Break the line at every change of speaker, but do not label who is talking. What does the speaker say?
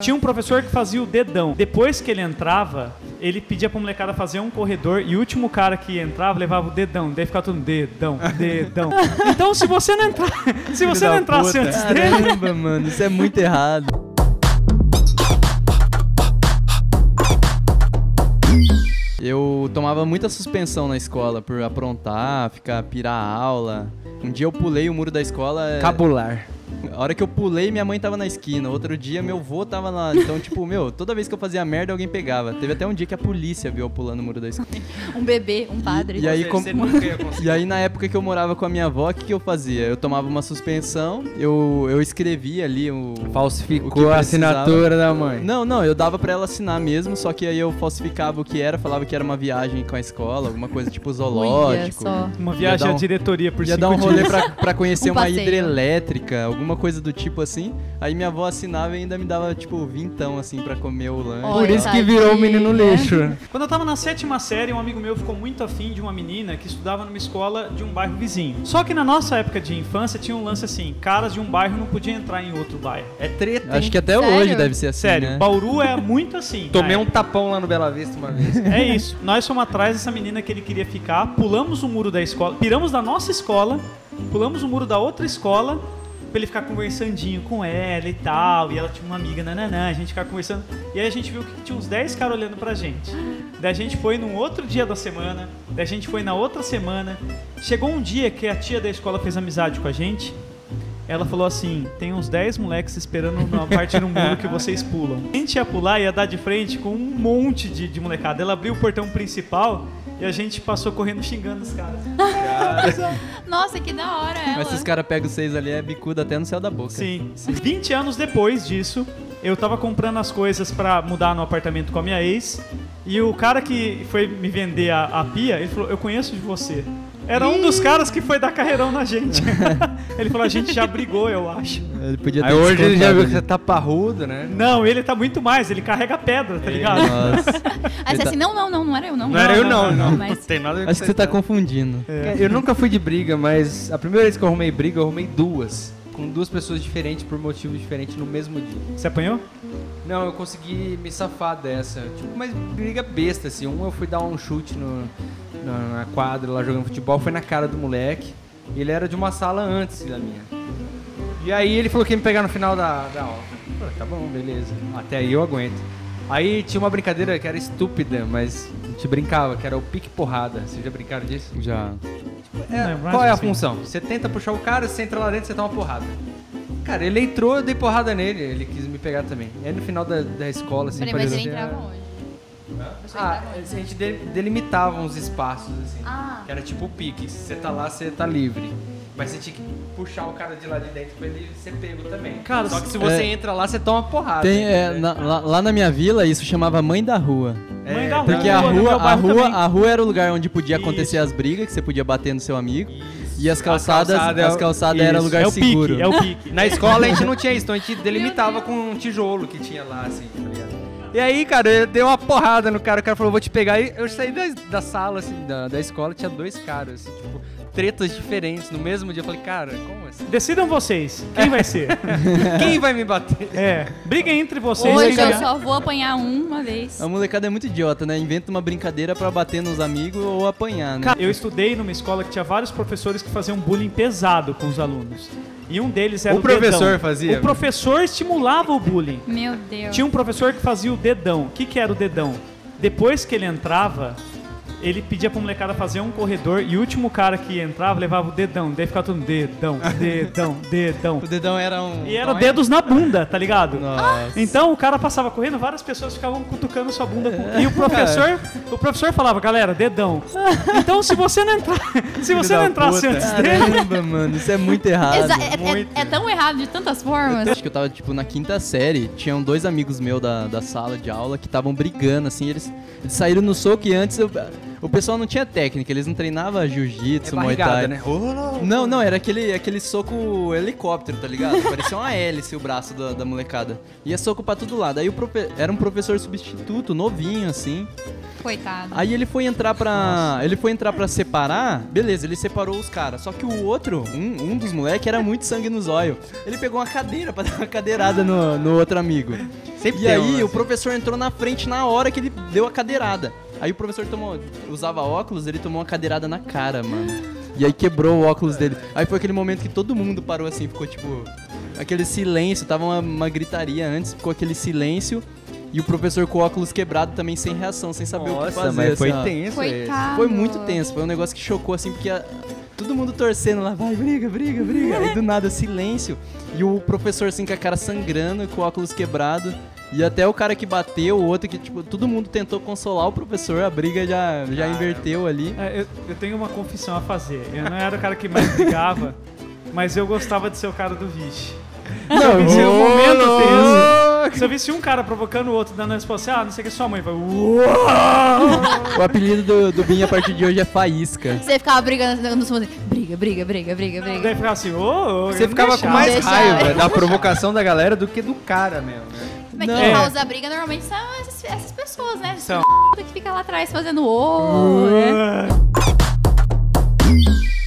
Tinha um professor que fazia o dedão. Depois que ele entrava, ele pedia pra molecada fazer um corredor e o último cara que entrava levava o dedão. Daí ficava todo mundo, dedão, dedão. então se você não entrar, se você não entrasse
É,
antes
né?
dele,
Caramba, mano, isso é muito errado. Eu tomava muita suspensão na escola por aprontar, ficar pirar a aula. Um dia eu pulei o muro da escola. é,
Cabular.
A hora que eu pulei, minha mãe tava na esquina. Outro dia, meu vô tava lá. Então, tipo, meu, toda vez que eu fazia merda, alguém pegava. Teve até um dia que a polícia viu eu pulando o muro da escola.
Um bebê, um padre.
E, e aí, como-
Você nunca ia conseguir.
E aí, na época que eu morava com a minha avó, o que, que eu fazia? Eu tomava uma suspensão, eu, eu escrevia ali o. o que
Falsificou a
precisava.
assinatura da mãe.
Não, não, eu dava pra ela assinar mesmo, só que aí eu falsificava o que era, falava que era uma viagem com a escola, alguma coisa tipo
Olha
zoológico.
só.
uma viagem
Ia dar
à
um-
diretoria por
Ia
cinco
dar um rolê
dias.
pra, pra conhecer
Um
uma
passeio.
hidrelétrica, alguma coisa do tipo assim. Aí minha avó assinava e ainda me dava, tipo, vintão, assim, pra comer o lanche.
Olha,
Por isso que
tadinha.
virou o menino lixo.
Quando eu tava na sétima série, um amigo meu ficou muito afim de uma menina que estudava numa escola de um bairro vizinho. Só que na nossa época de infância tinha um lance assim: caras de um bairro não podiam entrar em outro bairro.
É treta.
Acho
hein?
que até
Sério?
hoje deve ser assim,
Sério,
né?
Bauru é muito assim.
Tomei
na
um tapão lá no Bela Vista uma vez.
É isso. Nós fomos atrás dessa menina que ele queria ficar, pulamos o muro da escola, piramos da nossa escola, pulamos o muro da outra escola, pra ele ficar conversandinho com ela e tal. E ela tinha uma amiga, nananã, a gente ficava conversando. E aí a gente viu que tinha uns 10 caras olhando pra gente. Daí a gente foi num outro dia da semana, daí a gente foi na outra semana. Chegou um dia que a tia da escola fez amizade com a gente. Ela falou assim: tem uns 10 moleques esperando na parte no muro que vocês pulam. A gente ia pular e ia dar de frente com um monte de, de molecada. Ela abriu o portão principal e a gente passou correndo xingando os caras.
Nossa, que da hora ela.
Mas se os caras pegam vocês ali, é bicuda até no céu da boca.
Sim, sim. 20 anos depois disso, eu tava comprando as coisas pra mudar no apartamento com a minha ex. E o cara que foi me vender a, a pia, ele falou: Eu conheço de você. Era um dos caras que foi dar carreirão na gente. ele falou: A gente já brigou, eu acho.
Ele podia ter
Aí hoje ele já
descontado
viu que
ali.
você tá parrudo, né?
Não, ele tá muito mais, ele carrega pedra, tá ligado?
Nossa.
Aí você assim, não, não, não, não era eu, não.
Não era eu, não,
não. Mas
Tem nada a ver
Acho que você
com
tá confundindo.
Eu nunca fui de briga, mas a primeira vez que eu arrumei briga, eu arrumei duas. Com duas pessoas diferentes, por motivos diferentes, no mesmo dia.
Você apanhou?
Não, eu consegui me safar dessa. Tipo, mas briga besta, assim. Um eu fui dar um chute no, na, na quadra lá jogando futebol, foi na cara do moleque. Ele era de uma sala antes da minha. E aí ele falou que ia me pegar no final da, da aula. Eu falei, tá bom, beleza. Até aí eu aguento. Aí tinha uma brincadeira que era estúpida, mas a gente brincava, que era o pique porrada. Vocês já brincaram disso?
Já.
É,
Não,
qual é a
assim.
função? Você tenta puxar o cara, você entra lá dentro, você dá uma porrada. Cara, ele entrou, eu dei porrada nele, ele quis me pegar também. É no final da, da escola, assim,
Peraí,
por
mas ele
exemplo.
entrava onde?
Ah, a gente de- delimitava uns espaços, assim.
Ah.
Que era tipo o pique, se você tá lá, você tá livre. Mas você tinha que puxar o cara de lá de dentro pra ele ser pego também.
Cara,
Só que se você
é-
entra lá, você toma porrada.
Tem, é,
entendeu?
na- lá, lá na minha vila, isso chamava Mãe da Rua.
É,
Mãe da
Porque a
Rua, no
rua,
meu
a
bairro
rua,
também.
a rua era o lugar onde podia
Isso.
acontecer as brigas, que você podia bater no seu amigo.
Isso.
E as
A
calçadas,
calçada é o-
as calçadas era
isso.
lugar
é o
seguro.
pique, é o pique.
Na escola a gente não tinha isso, então a gente delimitava com um tijolo que tinha lá, assim, tá ligado? E aí, cara, eu dei uma porrada no cara, o cara falou, vou te pegar. E eu saí da, da sala, assim, da, da escola, tinha dois caras, assim, tipo, tretas diferentes no mesmo dia. Eu falei, cara, como assim?
Decidam vocês, quem vai ser?
Quem vai me bater?
É, briguem entre vocês.
Hoje
quem
eu
ganhar.
só vou apanhar um uma vez.
A molecada é muito idiota, né? Inventa uma brincadeira pra bater nos amigos ou apanhar, né?
Cara, eu estudei numa escola que tinha vários professores que faziam bullying pesado com os alunos. E um deles era o,
O professor
dedão.
fazia?
O professor estimulava o bullying.
Meu Deus.
Tinha um professor que fazia o dedão. O que, que era o dedão? Depois que ele entrava, ele pedia pra molecada fazer um corredor e o último cara que entrava levava o dedão. Daí ficava todo mundo, dedão, dedão, dedão.
O dedão era um.
E era dedos na bunda, tá ligado?
Nossa.
Então o cara passava correndo, várias pessoas ficavam cutucando sua bunda. com- E o professor, o professor falava, galera, dedão. Então se você não entrar, se você não entrasse antes dele,
Caramba, mano, isso é muito errado.
Exa- é- é- é, tão errado de tantas formas.
Acho que eu tava, tipo, na quinta série, tinham dois amigos meus da, da sala de aula que estavam brigando, assim, eles, eles saíram no soco e antes eu- O pessoal não tinha técnica, eles não treinavam jiu-jitsu,
É
muay
barrigada,
thai.
né? Rolou.
Não, não, era aquele, aquele soco helicóptero, tá ligado? Parecia uma hélice o braço da, da molecada. Ia soco pra todo lado. Aí o profe- era um professor substituto, novinho, assim.
Coitado.
Aí ele foi entrar pra. Ele foi entrar pra separar, beleza, ele separou os caras. Só que o outro, um, um dos moleques, era muito sangue nos olhos. Ele pegou uma cadeira pra dar uma cadeirada no, no outro amigo. e
tem um,
aí
né?
o professor entrou na frente na hora que ele deu a cadeirada. Aí o professor tomou, usava óculos, ele tomou uma cadeirada na cara, mano. E aí quebrou o óculos dele. Aí foi aquele momento que todo mundo parou assim, ficou tipo. Aquele silêncio, tava uma, uma gritaria antes, ficou aquele silêncio. E o professor com o óculos quebrado também sem reação, sem saber o que fazer.
mas foi
assim, ó.
tenso é.
Coitado.
Foi muito tenso, foi um negócio que chocou assim, porque a- todo mundo torcendo lá, vai, briga, briga, briga. Aí do nada, silêncio. E o professor assim com a cara sangrando, com o óculos quebrado. E até o cara que bateu, o outro que, tipo, todo mundo tentou consolar o professor, a briga já, já inverteu ali.
É, eu, eu tenho uma confissão a fazer. Eu não era o cara que mais brigava, mas eu gostava de ser o cara do vixe.
Não,
Se um momento
rolou.
tenso, se eu visse um cara provocando o outro, dando a resposta, ah, não sei o que, sua mãe vai. "Uau!"
o apelido do, do Binho a partir de hoje é Faísca.
Você ficava brigando no fundo. assim, Briga, briga, briga, briga, briga.
Daí ficava assim, ô, ô,
Você
eu não
ficava com
deixava.
mais
deixava.
raiva né? da provocação da galera do que do cara mesmo. né?
Mas
Não.
quem
É.
causa a briga normalmente são essas, essas pessoas, né? Essa
São. Uhum.
que fica lá atrás fazendo o. né?
Uau.